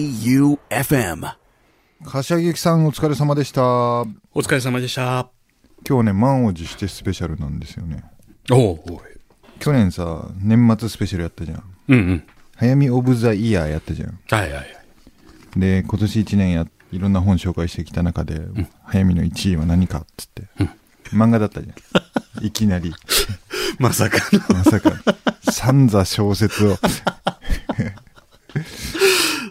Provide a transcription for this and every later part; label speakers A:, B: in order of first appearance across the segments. A: J-O-E-U-F-M
B: 柏木さんお疲れ様でした今
C: お疲れ様でした。
B: 日はね満を持してスペシャルなんですよね
C: おうおう。
B: 去年さ年末スペシャルやったじゃん
C: うんうん。
B: 早見オブザイヤーやったじゃん
C: はいはい。
B: で今年1年やいろんな本紹介してきた中で、早見の1位は何かっつって、漫画だったじゃんいきなり
C: まさかの。
B: まさか三座小説を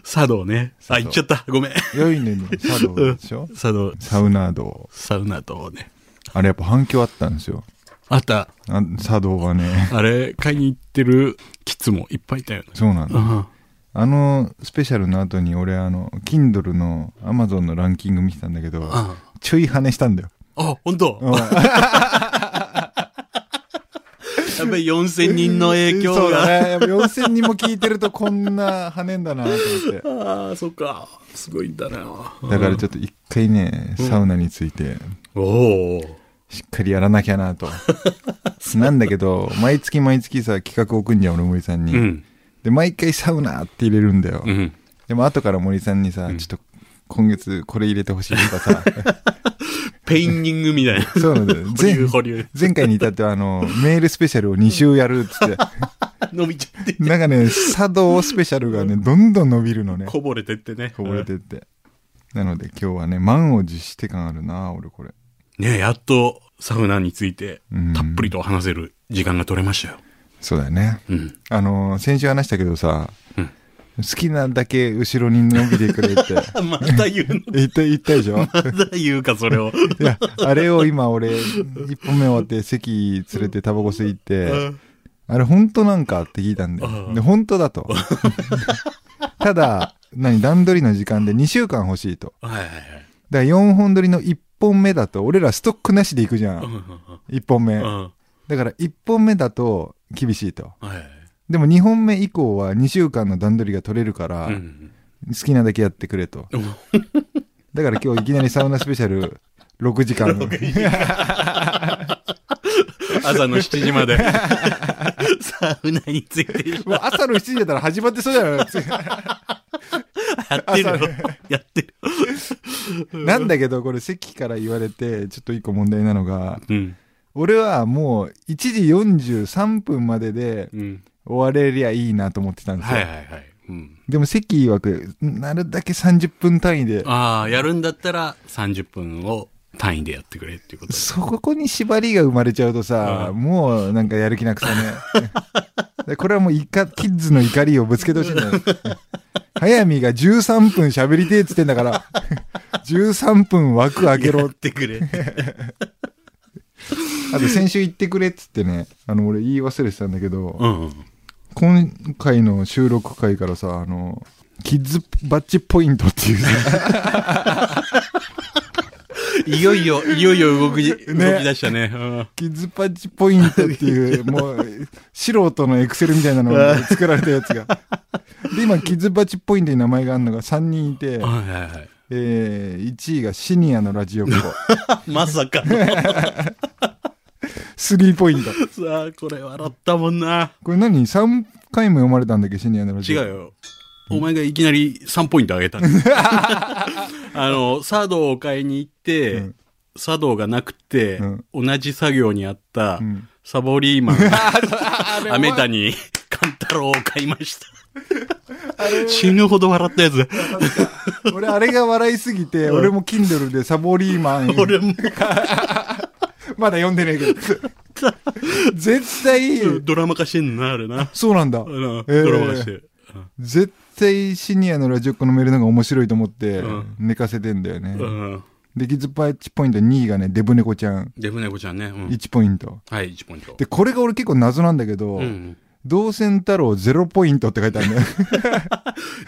C: 茶道ね。あ、言っちゃった。ごめん。
B: 良いねの茶道でしょ
C: 茶道、
B: サウナ道
C: サウナとね。
B: あれやっぱ反響あったんですよ
C: あった。
B: あ茶道はね
C: あれ、買いに行ってるキッズもいっぱいいたよね。
B: そうなんだ
C: うん。
B: あのスペシャルの後に俺あの Kindle の Amazon のランキング見てたんだけど
C: あ
B: ちょい跳ねしたんだよ
C: あ、本当。 やっぱり4000人の影響
B: そう
C: が。
B: だねやっぱ4000人も聞いてるとこんな跳ねんだなと思って
C: ああ、そっか。すごいんだな。
B: だからちょっと一回ねサウナについて
C: おお。
B: しっかりやらなきゃなとなんだけど毎月毎月さ企画送んじゃん俺森さんに、
C: うん。
B: で毎回サウナって入れるんだよ、
C: うん。
B: でも後から森さんにさ、ちょっと今月これ入れてほしいとかさ
C: ペインニングみたいな。
B: そうなんだよ
C: 保
B: 前
C: 留保留。
B: 前回に至ってはあのメールスペシャルを2週やるっ つって
C: 伸びちゃって、
B: なんかね、茶道スペシャルがね、どんどん伸びるのね。
C: こぼれてってね。
B: こぼれてって。なので今日はね、満を持して感あるな、俺これ。
C: ねやっとサウナについて
B: うん
C: たっぷりと話せる時間が取れましたよ。
B: そうだよね。
C: うん。
B: あのー、先週話したけどさ、
C: うん
B: 好きなだけ後ろに伸びてくれって
C: また言うの
B: 言った、言ったでしょ
C: また言うか、それを。
B: いや、あれを今俺、一本目終わって席連れてタバコ吸い行って、あれ本当なんかって聞いたんだ
C: う
B: よ。
C: ん
B: で、本当だと。ただ、何、段取りの時間で2週間欲しいと。
C: はいはいはい。
B: だから4本撮りの1本目だと、俺らストックなしで行くじゃ。
C: うんんうん
B: 1本目
C: う。ん。
B: だから1本目だと厳しいと。
C: はいはい。
B: でも2本目以降は2週間の段取りが取れるから、
C: う
B: 好
C: ん
B: きなだけやってくれと。
C: うん。
B: だから今日いきなりサウナスペシャル6時間。
C: 朝の7時まで。 サウナについて
B: もう朝の7時だったら始まってそうじゃない
C: やってるよ。やってる。
B: なんだけど、これ席から言われて、ちょっと一個問題なのが、
C: うん。
B: 俺はもう1時43分までで
C: うん。
B: 終われりゃいいなと思ってたんですよ。
C: はいはいはい。うん。
B: でも席曰く、なるだけ30分単位で、
C: ああ、やるんだったら30分を単位でやってくれっていうことです。
B: そこに縛りが生まれちゃうとさ、もうなんかやる気なく さね。でこれはもういか、キッズの怒りをぶつけてほしいん だよ。早見が13分喋りてえっつってんだ から、13分枠開け
C: や
B: ろ
C: っ。てくれ。
B: あと先週行ってくれっつってね、あの俺言い忘れてたんだけど、
C: うんうん。
B: 今回の収録回からさ、あの、キッズバッチポイントっていう さ
C: いよいよ、いよいよ動き、動き出したね。うん
B: キッズバッチポイントっていう、もう、素人のエクセルみたいなのが作られたやつが。で、今、キッズバッチポイントに名前があるのが3人いて、
C: はいはいはい。
B: えー、1位がシニアのラ ジオっ子、
C: まさかの。
B: 3ポイント。
C: さあ、これ笑ったもんな。
B: これ何 ?3 回も読まれたんだっけシニアのラ
C: 違
B: ジ
C: う
B: オ。。
C: よ。お前がいきなり3ポイントあげ たんだあの、茶道を買いに行って、
B: うん
C: 茶道がなくて、
B: うん
C: 同じ作業にあった、
B: うん
C: サボリー マン、
B: れ
C: アメタに、カンタロウを買いました。死ぬほど笑ったやつ。
B: 俺、あれが笑いすぎて、俺も Kindle でサボリーマン、
C: 俺も、
B: まだ読んでねえけど。 絶対、
C: ドラマ化してんのな、あれな。
B: そうなんだ。
C: う
B: え
C: ん
B: ー
C: ドラマ化してる。
B: 絶対シニアのラジオっ子のメールの方が面白いと思って
C: うん
B: 寝かせてんだよね。
C: うん。
B: で、キッズパッチポイント2位がね、デブ猫ちゃん
C: デブネコちゃんね。うん
B: 1ポイント。
C: はい、1ポイント。
B: で、これが俺結構謎なんだけど、
C: うん。
B: 動線太郎0ポイントって書いてあるん だよ。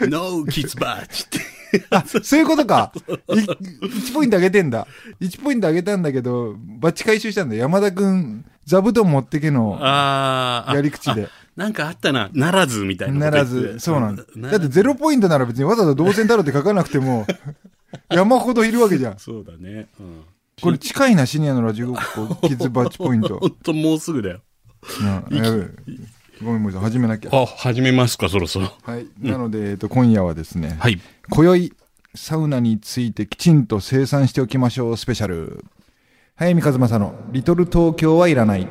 C: No kids batch って。
B: あ、そういうことか。1ポイントあげてんだ。1ポイントあげたんだけど、バッチ回収したんだよ。山田くん、座布団持ってけの
C: あーあ。
B: やり口で。
C: なんかあったな。ならずみたいな
B: な
C: こと言
B: ら
C: って。
B: ず、そうなんだ。
C: な
B: だって0ポイントな ら別にわざわざ動線太郎って書かなくても、山ほどいるわけじゃん。
C: そうだね。うん。
B: これ近いな、シニアのラジオごっこ、キッズバッチポイント
C: ほ。んともうすぐだよ。
B: うんやべえごめんごめんなさい、始めなきゃ。
C: あ、始めますか、そろそろ。
B: はい。なので、えっと、今夜はですね、
C: はい。
B: 今宵、サウナについてきちんと清算しておきましょう、スペシャル。早見和正の、リトル東京はいらない。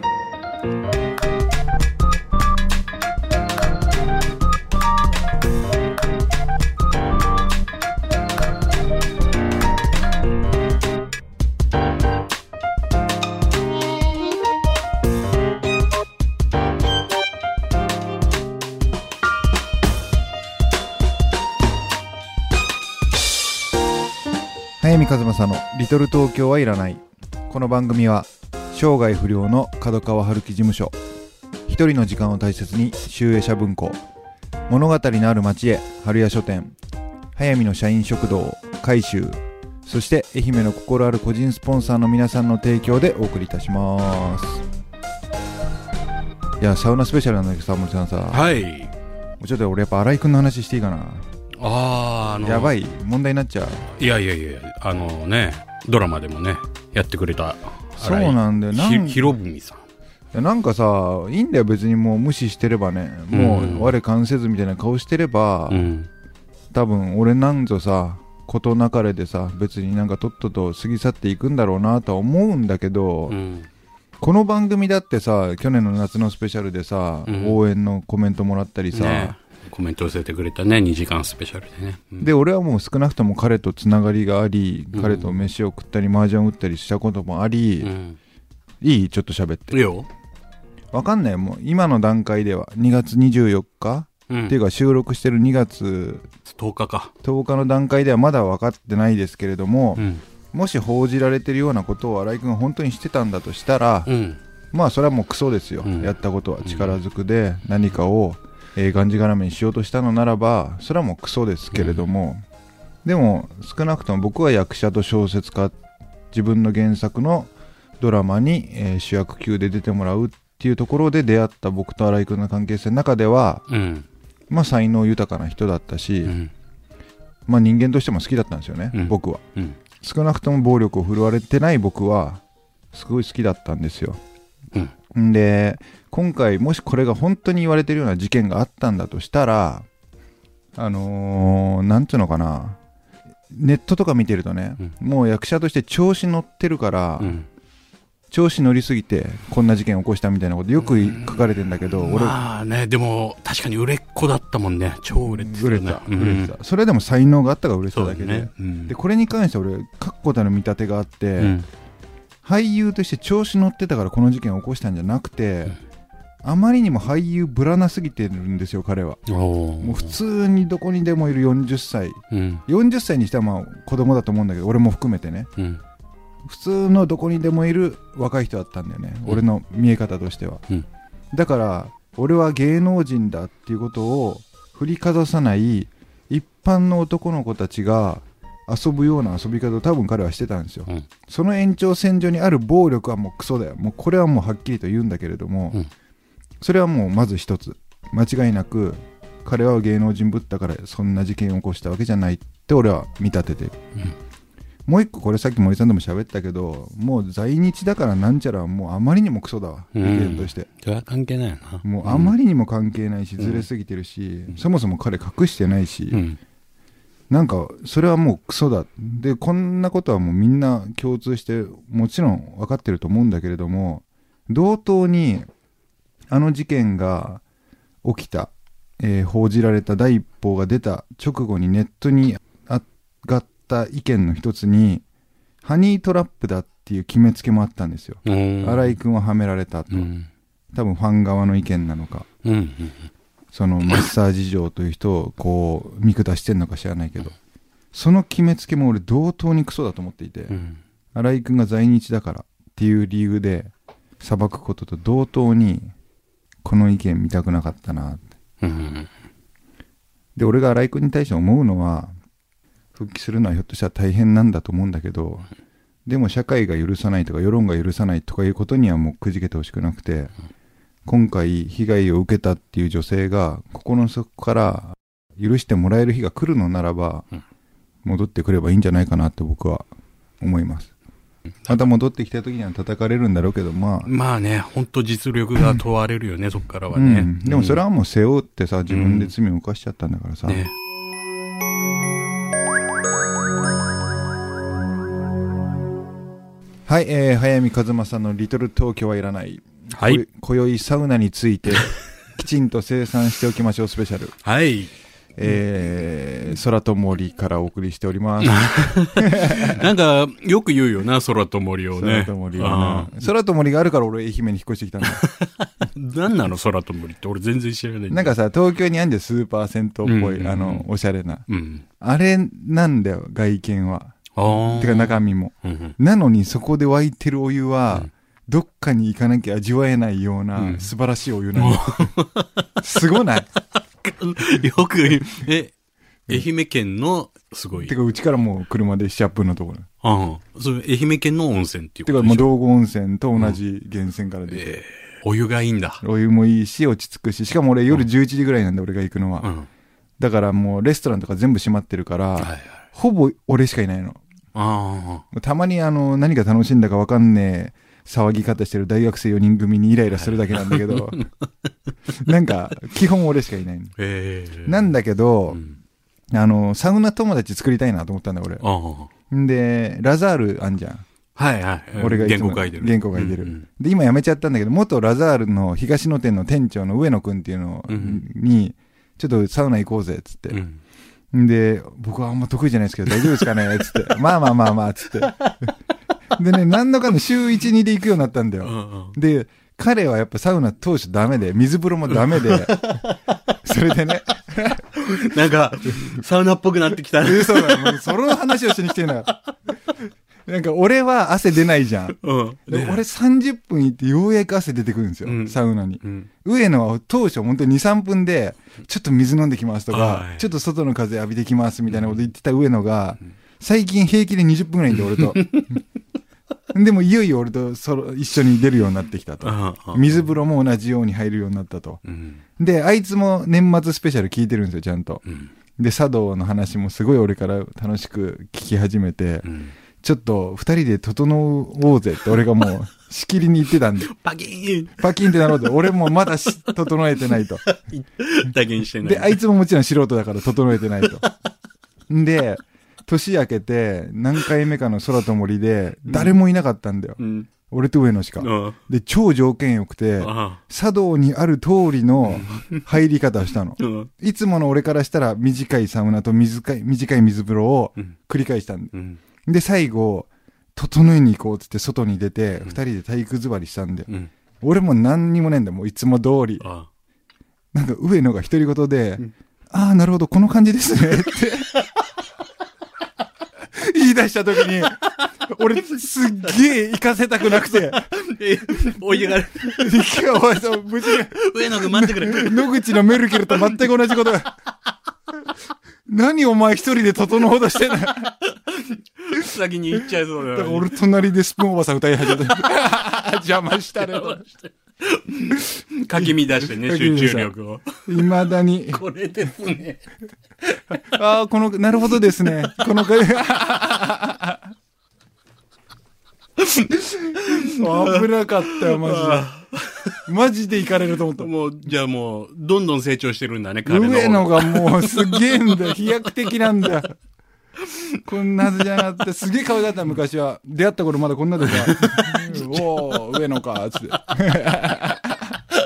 B: 早見和正の「リトル東京はいらない」この番組は生涯不良の角川春樹事務所一人の時間を大切に集英社文庫物語のある町へ春屋書店早見の社員食堂改修そして愛媛の心ある個人スポンサーの皆さんの提供でお送りいたしますいやサウナスペシャルなんだけどさ森さんさ、
C: はい。
B: ちょっと俺やっぱ新井君の話していいかな
C: あー、あの、
B: やばい問題になっちゃう
C: いやいやいや、あのね、ドラマでもね、やってくれた。
B: そうなんだよな
C: 荒井
B: ん
C: ひひろぶみさん。
B: いやなんかさいいんだよ別にもう無視してればねも
C: うん
B: う我関せずみたいな顔してれば、
C: うん。
B: 多分俺なんぞさ事なかれでさ別になんかとっとと過ぎ去っていくんだろうなとは思うんだけど、
C: うん。
B: この番組だってさ去年の夏のスペシャルでさ、
C: うん
B: 応援のコメントもらったりさ、
C: ねコメント寄せてくれたね、2時間スペシャルでね。うん
B: で俺はもう少なくとも彼とつながりがあり、
C: うん
B: 彼と飯を食ったり麻雀を打ったりしたこともあり、
C: うん。
B: いいちょっと喋って
C: いいよ。
B: わかんないもう今の段階では2月24日、
C: うん
B: ってい。うか収録してる2月
C: 10日か。
B: 10日の段階ではまだ分かってないですけれども
C: う、ん。も
B: もし報じられてるようなことを新井君が本当にしてたんだとしたら、
C: うん。
B: まあそれはもうクソですよ、
C: うん
B: やったことは力ずくで何かを、えーがんじがらめにしようとしたのならばそれはもうクソですけれども、でも少なくとも僕は役者と小説家自分の原作のドラマに、えー主役級で出てもらうっていうところで出会った僕と新井君の関係性の中では、
C: うん。
B: まあ、才能豊かな人だったし、
C: うん。
B: まあ、人間としても好きだったんですよね、
C: うん
B: 僕は
C: うん。
B: 少なくとも暴力を振るわれてない僕はすごい好きだったんですよ
C: うん。
B: んで今回もしこれが本当に言われてるような事件があったんだとしたらあのー、なんていうのかなネットとか見てるとね、もう役者として調子乗ってるから、
C: うん。
B: 調子乗りすぎてこんな事件起こしたみたいなことよく書かれてんだけど、俺
C: まあね、でも、確かに売れっ子だったもんね。超売れてた、ね。
B: 売れてた、
C: うん
B: 売れてたそれでも才能があったから売れてた
C: そう
B: だ
C: だ
B: けで
C: ね。うん
B: でこれに関して俺確固たる見立てがあって、
C: うん
B: 俳優として調子乗ってたからこの事件を起こしたんじゃなくて、あまりにも俳優ぶらなすぎてるんですよ彼は
C: おー
B: もう普通にどこにでもいる40歳
C: うん。
B: 40歳にしてはまあ子供だと思うんだけど俺も含めてね
C: うん。
B: 普通のどこにでもいる若い人だったんだよね、
C: うん
B: 俺の見え方としては、
C: うん
B: だから俺は芸能人だっていうことを振りかざさない一般の男の子たちが遊ぶような遊び方を多分彼はしてたんですよ、
C: うん
B: その延長線上にある暴力はもうクソだよもうこれはもうはっきりと言うんだけれども、
C: うん
B: それはもうまず一つ間違いなく彼は芸能人ぶったからそんな事件を起こしたわけじゃないって俺は見立ててる、もう一個これさっき森さんでも喋ったけどもう在日だからなんちゃらはもうあまりにもクソだわ意
C: うん
B: 見として、
C: それは関係ないよな。
B: もうあまりにも関係ないし、ずれすぎてるし、そもそも彼隠してないし、
C: うん。
B: なんかそれはもうクソだでこんなことはもうみんな共通してもちろん分かってると思うんだけれども同等にあの事件が起きた、えー報じられた第一報が出た直後にネットに上がった意見の一つにハニートラップだっていう決めつけもあったんですよ
C: うん。
B: 新井君ははめられたと
C: うん。
B: 多分ファン側の意見なのか
C: うん。
B: そのマッサージ嬢という人をこう見下してんのか知らないけどその決めつけも俺同等にクソだと思っていて、
C: うんうん。
B: 新井君が在日だからっていう理由で裁くことと同等にこの意見見たくなかったなって
C: うん。
B: で俺が新井君に対して思うのは復帰するのはひょっとしたら大変なんだと思うんだけどでも社会が許さないとか世論が許さないとかいうことにはもうくじけてほしくなくて今回被害を受けたっていう女性が心の底から許してもらえる日が来るのならば
C: うん
B: 戻ってくればいいんじゃないかなって僕は思いますまた戻ってきた時には叩かれるんだろうけど、まあ、
C: まあね、本当実力が問われるよね、そこからは
B: う
C: ね。
B: ん、でもそれはもう背負ってさ、自分で罪を犯しちゃったんだからさ、
C: ね。
B: はい、えー、早見和正の「リトル東京はいらない」
C: はい。
B: こよ今宵サウナについ てきちんと清算しておきましょうスペシャル、
C: はい。
B: えー、空と森からお送りしております
C: なんか、よく言うよな、空と森をね。
B: 空と森はな空と森があるから俺愛媛に引っ越してきたんだ
C: うん何なの、空と森って。俺全然知らない。
B: なんか、さ東京にあんじゃんスーパー銭湯っぽい、
C: うんうんうん
B: あのおしゃれな
C: うん。
B: あれなんだよ外見は
C: ああ。
B: てか中身も
C: うんうん、
B: なのにそこで沸いてるお湯は、
C: うん
B: どっかに行かなきゃ味わえないような、
C: うん
B: 素晴らしいお湯なん だよすごない
C: よく言う、え、愛媛県の、すごい。
B: てか、うちからもう車で7、8分のところ。
C: ああ、それ愛媛県の温泉っていう
B: てか、
C: こと
B: も
C: で
B: う
C: しょ
B: 道後温泉と同じ源泉からで、
C: えーお湯がいいんだ。
B: お湯もいいし、落ち着くし、しかも俺夜11時ぐらいなんで俺が行くのは。
C: うん。
B: だからもうレストランとか全部閉まってるから、
C: はいはい。
B: ほぼ俺しかいないの。
C: あ
B: たまにあの、何が楽しいんだかわかんねえ騒ぎ方してる大学生4人組にイライラするだけなんだけ ど、なんか、基本俺しかいないの。
C: あ。ええ
B: なんだけ
C: う
B: ど、
C: ん
B: あの、サウナ友達作りたいなと思ったんだよ
C: ああ。
B: 俺。んで、ラザールあんじゃん。
C: はいはい。
B: 俺がい
C: 原
B: つも
C: 稿書いてる。
B: 原稿書いてる、
C: うんうん
B: で今辞めちゃったんだけど元ラザールの東野店の店長の上野くんっていうの
C: うん
B: に、ちょっとサウナ行こうぜっつって、
C: うん
B: で僕はあんま得意じゃないですけど大丈夫ですかねっつって まあまあまあまあっつってでね何度かの週12で行くようになったんだ
C: う
B: よ、
C: んうん
B: で彼はやっぱサウナ当初ダメで水風呂もダメ でそれでね
C: なんか、サウナっぽくなってきた。
B: えそうなのもうその話をしに来てるのよなんか俺は汗出ないじゃん
C: うん。
B: で
C: ね
B: 俺30分行ってようやく汗出てくるんですよ、
C: うん
B: サウナに。
C: うん。
B: 上野は当初本当に2、3分で、ちょっと水飲んできますとか
C: は、い
B: ちょっと外の風浴びてきますみたいなこと言ってた上野が、最近平気で20分ぐらいいんで俺 と。でもいよいよ俺とそろ一緒に出るようになってきたと。
C: ああ。
B: 水風呂も同じように入るようになったと。
C: うん。
B: で、あいつも年末スペシャル聞いてるんですよ、ちゃんと。
C: うん。
B: で、茶道の話もすごい俺から楽しく聞き始めて
C: う、ん。
B: ちょっと二人で整おうぜって俺がも うしきりに言ってたんで、
C: パキー
B: パキンってなろうと。俺もまだし整えてないと。
C: ン打言してない。
B: で、あいつももちろん素人だから整えてないと。んで、年明けて何回目かの空と森で誰もいなかったんだよ。
C: うん。
B: 俺と上野しか
C: う。ん。
B: で、超条件良くて、
C: あ
B: 茶道にある通りの入り方をしたの
C: あ。。うん。
B: いつもの俺からしたら短いサウナと短い短い水風呂を
C: うん
B: 繰り返したんで。
C: うん。
B: で、最後、整えに行こうっつって外に出て、二人で体育座りしたんで。
C: うん。
B: 俺も何にもねえんだよもういつも通り。
C: あ
B: なんか上野が独り言で、
C: うん
B: ああ、なるほど、この感じですねって 言い出した時に、俺すっげえ行かせたくなく て、
C: あ。え、お湯が、
B: 一回お前さん、無事に
C: 上野くん待ってくれ。
B: 野口のメルケルと全く同じことが。何お前一人で整おうとしてんのだ か
C: 先に行っちゃいそうだ
B: ら
C: よ。
B: 俺隣でスプーンおばさん歌い始めた。邪魔したね。
C: かき乱してね、
B: かき乱
C: 集
B: した
C: 中力を。
B: いまだに。
C: これですね。
B: ああ、この、なるほどですね。こ の感じ。危なかったよ、マジで。マジで行かれると思った。
C: もう、じゃあもう、どんどん成長してるんだね、彼の。
B: 上野がもうすげえん だよ。飛躍的なんだよ。こんなはずじゃなくて、すげえ可愛かった、昔は。出会った頃まだこんなでさ、おお上野か、つって。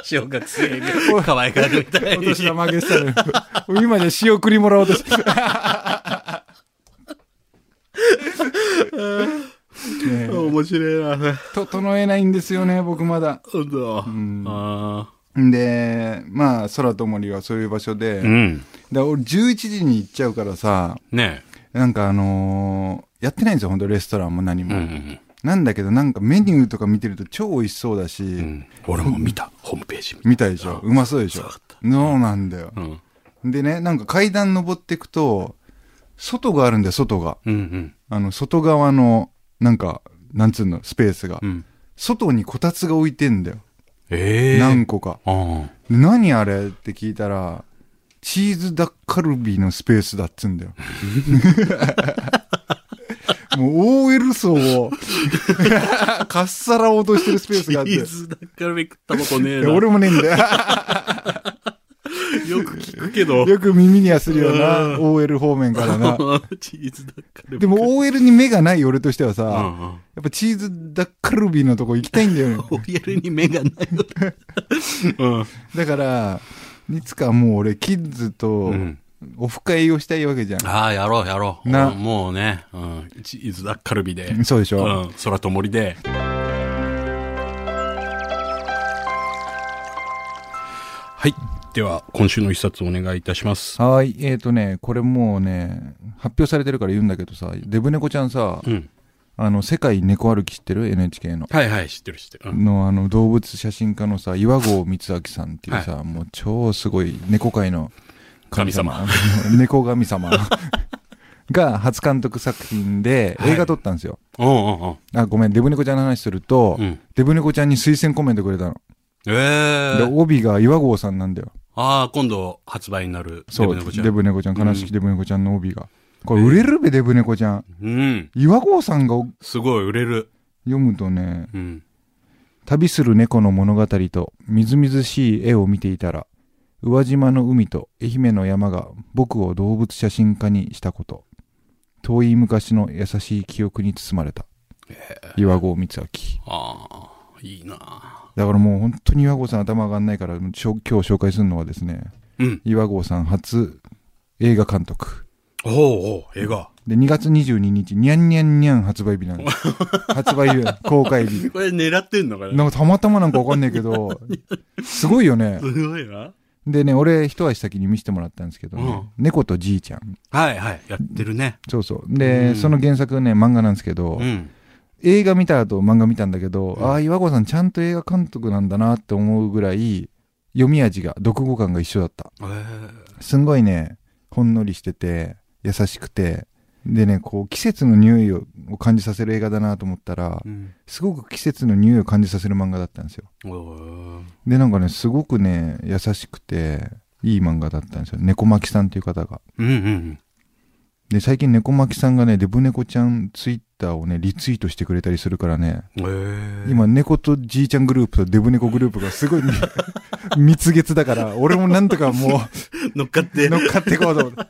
C: 小学生が可愛がるみたい
B: お
C: に。
B: 年玉あげしたのよ。今じゃ仕送りもらおうとして。ねえ
C: 面白いな。
B: 整えないんですよね、僕まだ。
C: ほんと。あ
B: んで、まあ、空と森はそういう場所で、
C: ーうん。
B: で俺11時に行っちゃうからさ、
C: ね
B: なんかあのーやってないんですよ、本当レストランも何
C: え。う
B: も、
C: ん。
B: なんだけど、なんかメニューとか見てると超美味しそうだし、
C: うん。俺も見た、ホームページ見
B: 見た
C: た。
B: でしょうまそうでしょ
C: そうだっ
B: そうなんだよ、
C: うん。
B: でね、なんか階段登ってくと、外があるんだよ、外が。
C: うんうん。
B: あの、外側の、なんか、なんつうの、スペースが。
C: うん。
B: 外にこたつが置いてんだよ。
C: ええ。
B: 何個か。
C: あ
B: で何あれって聞いたら、チ ーズダッカルビのスペースだっつうんだよ。もう OL 層を、 かっさらおうとしてるスペース
C: チ
B: があって。い
C: ーズだからめくったことねえ
B: や
C: な。
B: 俺もねえんだよ。
C: よく聞くけど。
B: よく耳にはするよな、
C: うん
B: OL 方面から な。
C: チーズだからめく
B: でも OL に目がない俺としてはさ、
C: う
B: や
C: んうん
B: っぱチーズダッカルビーのとこ行きたいんだよね。
C: OL に目がない よ。
B: だから、いつかもう俺、キッズ
C: う
B: と
C: ん。うん。
B: オフ会をしたいわけじゃん。
C: ああ、やろうやろう。
B: な
C: うんもうね、うん。チーズだカルビで。
B: そうでし
C: う
B: ょ、
C: ん。空と森で。はい。では、今週の一冊お願いいたします。
B: はーい。えっ、ー、とね、これもうね、発表されてるから言うんだけどさ、デブ猫ちゃんさ、
C: うん。
B: あの、世界猫歩き知ってる ?NHK の。
C: はいはい、知ってる知ってる。うん
B: のあの動物写真家のさ岩合光明さんっていうさ、もう超すごい猫界の 猫神 様が初監督作品で
C: はい
B: 映画撮ったんですよ、
C: うんうんうん。
B: あごめんデブ猫ちゃんの話すると、
C: うん。
B: デブ猫ちゃんに推薦コメントくれたの、
C: ええ
B: で
C: ー。
B: 帯が岩合さんなんだよ
C: ああ、今度発売になる。
B: そ
C: デ
B: う
C: ブ
B: デ
C: 猫
B: ブ
C: ちゃ
B: 猫ちゃ
C: ん。
B: ん
C: うん
B: 悲しきデブ猫ちゃんの帯が、これ売れるべデブ猫ちゃん
C: うん。
B: 岩合さんが
C: すごい売れる。
B: 読むとね
C: うん。
B: 旅する猫の物語とみずみずしい絵を見ていたら宇和島の海と愛媛の山が僕を動物写真家にしたこと遠い昔の優しい記憶に包まれた、岩合光明
C: ああ、いいな
B: だからもう本当に岩合さん頭上がんないからしょ今日紹介するのはですね
C: うん。
B: 岩合さん初映画監督
C: おおおう映画。
B: で2月22日にゃんにゃんにゃん発売日なんです 発売日公開日
C: これ狙ってんのかな
B: なんかたまたまなんかわかんないけ どすごいよね
C: すごいな。
B: でね、俺、一足先に見せてもらったんですけどね、
C: うん
B: 猫とじいちゃん。
C: はいはい。やってるね。
B: そうそう。で、
C: うん
B: その原作ね、漫画なんですけど、
C: うん。
B: 映画見た後漫画見たんだけど、
C: うん
B: ああ、岩子さんちゃんと映画監督なんだなって思うぐらい、読み味が、読語感が一緒だった。
C: えー
B: すんごいね、ほんのりしてて、優しくて、でね、こう、季節の匂いをを感じさせる映画だなと思ったら
C: う、ん。
B: すごく季節の匂いを感じさせる漫画だったんですよ。
C: おー
B: で、なんかね、すごくね、優しくて、いい漫画だったんですよ。猫巻さんっていう方が。
C: うんうん。
B: で、最近猫巻さんがね、デブ猫ちゃんツイッターをね、リツイートしてくれたりするからね、
C: えー、
B: 今、猫とじいちゃんグループとデブ猫グループがすごいね 蜜月だから、俺もなんとかも
C: 乗っかって
B: う、。乗っかってこうと思 って。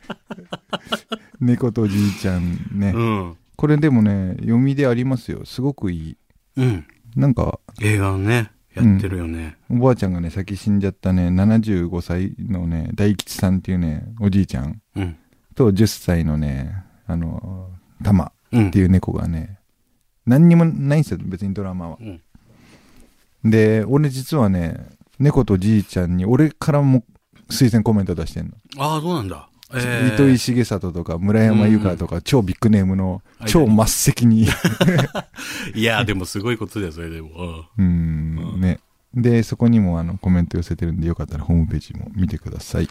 B: 猫とじいちゃんね。
C: うん。
B: これでもね、読みでありますよ。すごくいい。
C: うん。
B: なんか、
C: 映画ね、やってるよね。
B: おばあちゃんがね、先死んじゃったね、75歳のね、大吉さんっていうね、おじいちゃん
C: うん。
B: と10歳のね、あの、たま。
C: うん。
B: っていう猫がね、何にもないんですよ、別にドラマは
C: う。ん。
B: で、俺実はね、猫とじいちゃんに俺からも推薦コメント出してんの。
C: ああ、そうなんだ。え
B: 糸井
C: ー、
B: 重里とか村山由香とか、超ビッグネームの
C: はい
B: 超末席に、
C: いや、でもすごいことだよ、それでも。
B: うーん、ね。で、そこにもあのコメント寄せてるんで、よかったらホームページも見てください。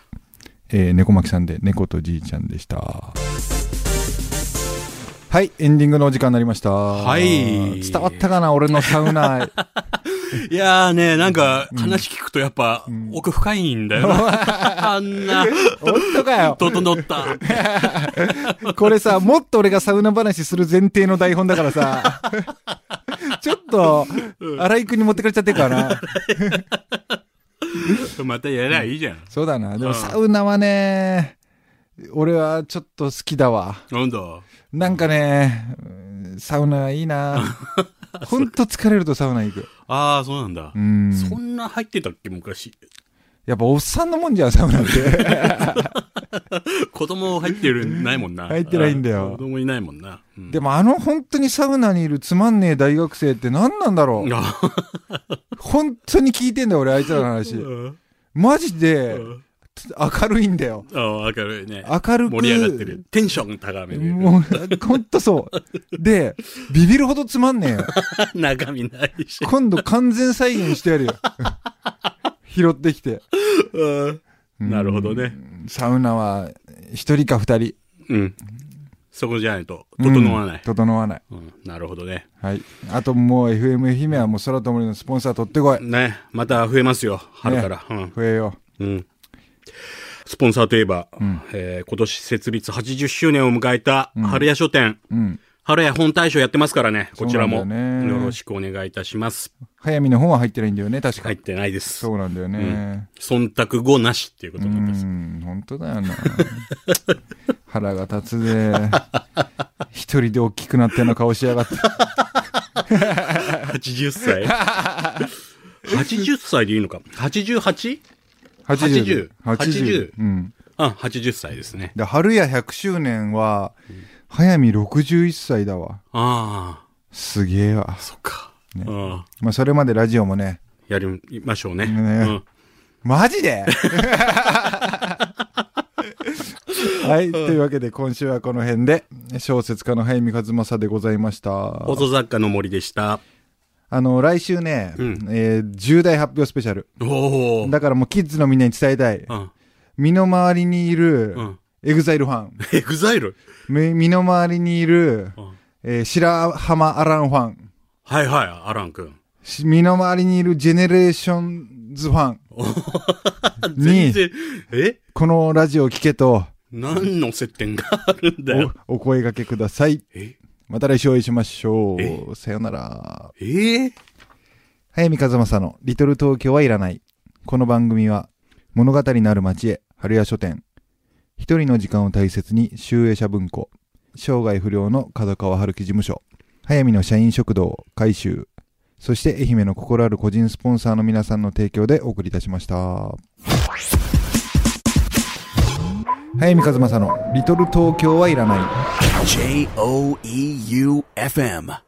B: えー、猫巻さんで、猫とじいちゃんでした。はい、エンディングのお時間になりました。
C: い
B: 伝わったかな俺のサウナ 愛。
C: うん、いやーね、なんか話聞くとやっぱ、
B: ん
C: 奥深いんだよ な。あんな、
B: 本当かよ。
C: 整った。
B: これさ、もっと俺がサウナ話する前提の台本だから さ、ちょっと、荒井くんに持ってかれちゃってるからな。
C: またやりゃいいじゃん。
B: そうだな。で
C: う
B: も
C: ん
B: サウナはね、俺はちょっと好きだわ。
C: なんだ
B: なんかね、うんサウナいい な。ほんと疲れるとサウナ行く。
C: ああ、そうなんだ
B: う。ん。
C: そんな入ってたっけ、昔。
B: やっぱおっさんのもんじゃん、サウナ って。
C: 子供 入ってる、ないもんな。
B: 入ってないんだよ
C: あー子供いないもんな。うん
B: でもあの本当にサウナにいるつまんねえ大学生って何なんだろう。
C: あ
B: 本当に聞いてんだよ、俺、あいつらの話。
C: ー
B: マジで
C: うん
B: 明るいんだよ。
C: あー、明るいね。
B: 明るく。
C: 盛り上がってる。テンション高めで。
B: もう、ほんとそう。で、ビビるほどつまんねえ よ。
C: 中身ないし。
B: 今度完全再現してやるよ。拾ってきて。
C: うんなるほどね。
B: サウナは、一人か二人。
C: うん。そこじゃないと、整わな
B: うん
C: い。
B: 整わない。
C: うんなるほどね。
B: はい。あともう FM 愛媛はもう空と森のスポンサー取ってこい。
C: ね、また増えますよ、春から。うん
B: 増えよ
C: うん。スポンサーといえば、えー今年設立80周年を迎えた春屋書店、
B: う。うん。
C: 春屋本大賞やってますからね、こちらも。
B: そうなんだよね
C: よろしくお願いいたします。
B: 早見の本は入ってないんだよね、確か。
C: 入ってないです。
B: そうなんだよね。
C: 忖度後なしっていうこ
B: う
C: となんです。
B: ん、本当だよ な。腹が立つで。一人で大きくなったような顔しやがって。
C: 80歳 ?80 歳でいいのか ?88?
B: 80。
C: 80
B: うん。
C: あ、80歳ですね。
B: で、春屋100周年は、早見61歳だわ。
C: あ
B: すげえわ
C: あ、。そっか。うん
B: まあ、それまでラジオもね。
C: やりましょうね。
B: ね
C: うん
B: マジ ではい。というわけで、今週はこの辺で、小説家の早見和正でございました。
C: 放送作家の森でした。
B: あの、来週ね、
C: うん
B: えー重大発表スペシャル。
C: おお。
B: だからもうキッズのみんなに伝えたい。
C: うん。
B: 身の回りにいる
C: う、ん。
B: エグザイルファ ン。
C: エグザイル
B: み身の回りにいる、えー白浜アランファン。
C: はいはい、アラン君。
B: し身の回りにいるジェネレーションズファン。
C: 全
B: に、
C: 然、え
B: このラジオを聞けと、
C: 何の接点があるんだよ。
B: おお声掛けください。
C: え
B: また来週お会いしましょ
C: え
B: う。さよなら。
C: えー
B: 早見和正のリトル東京はいらない。この番組は物語のある街へ春屋書店。一人の時間を大切に集英社文庫。生涯不良の角川春樹事務所。早見の社員食堂、改修。そして愛媛の心ある個人スポンサーの皆さんの提供でお送りいたしました。早見和正のリトル東京はいらない。
A: J O E U F M.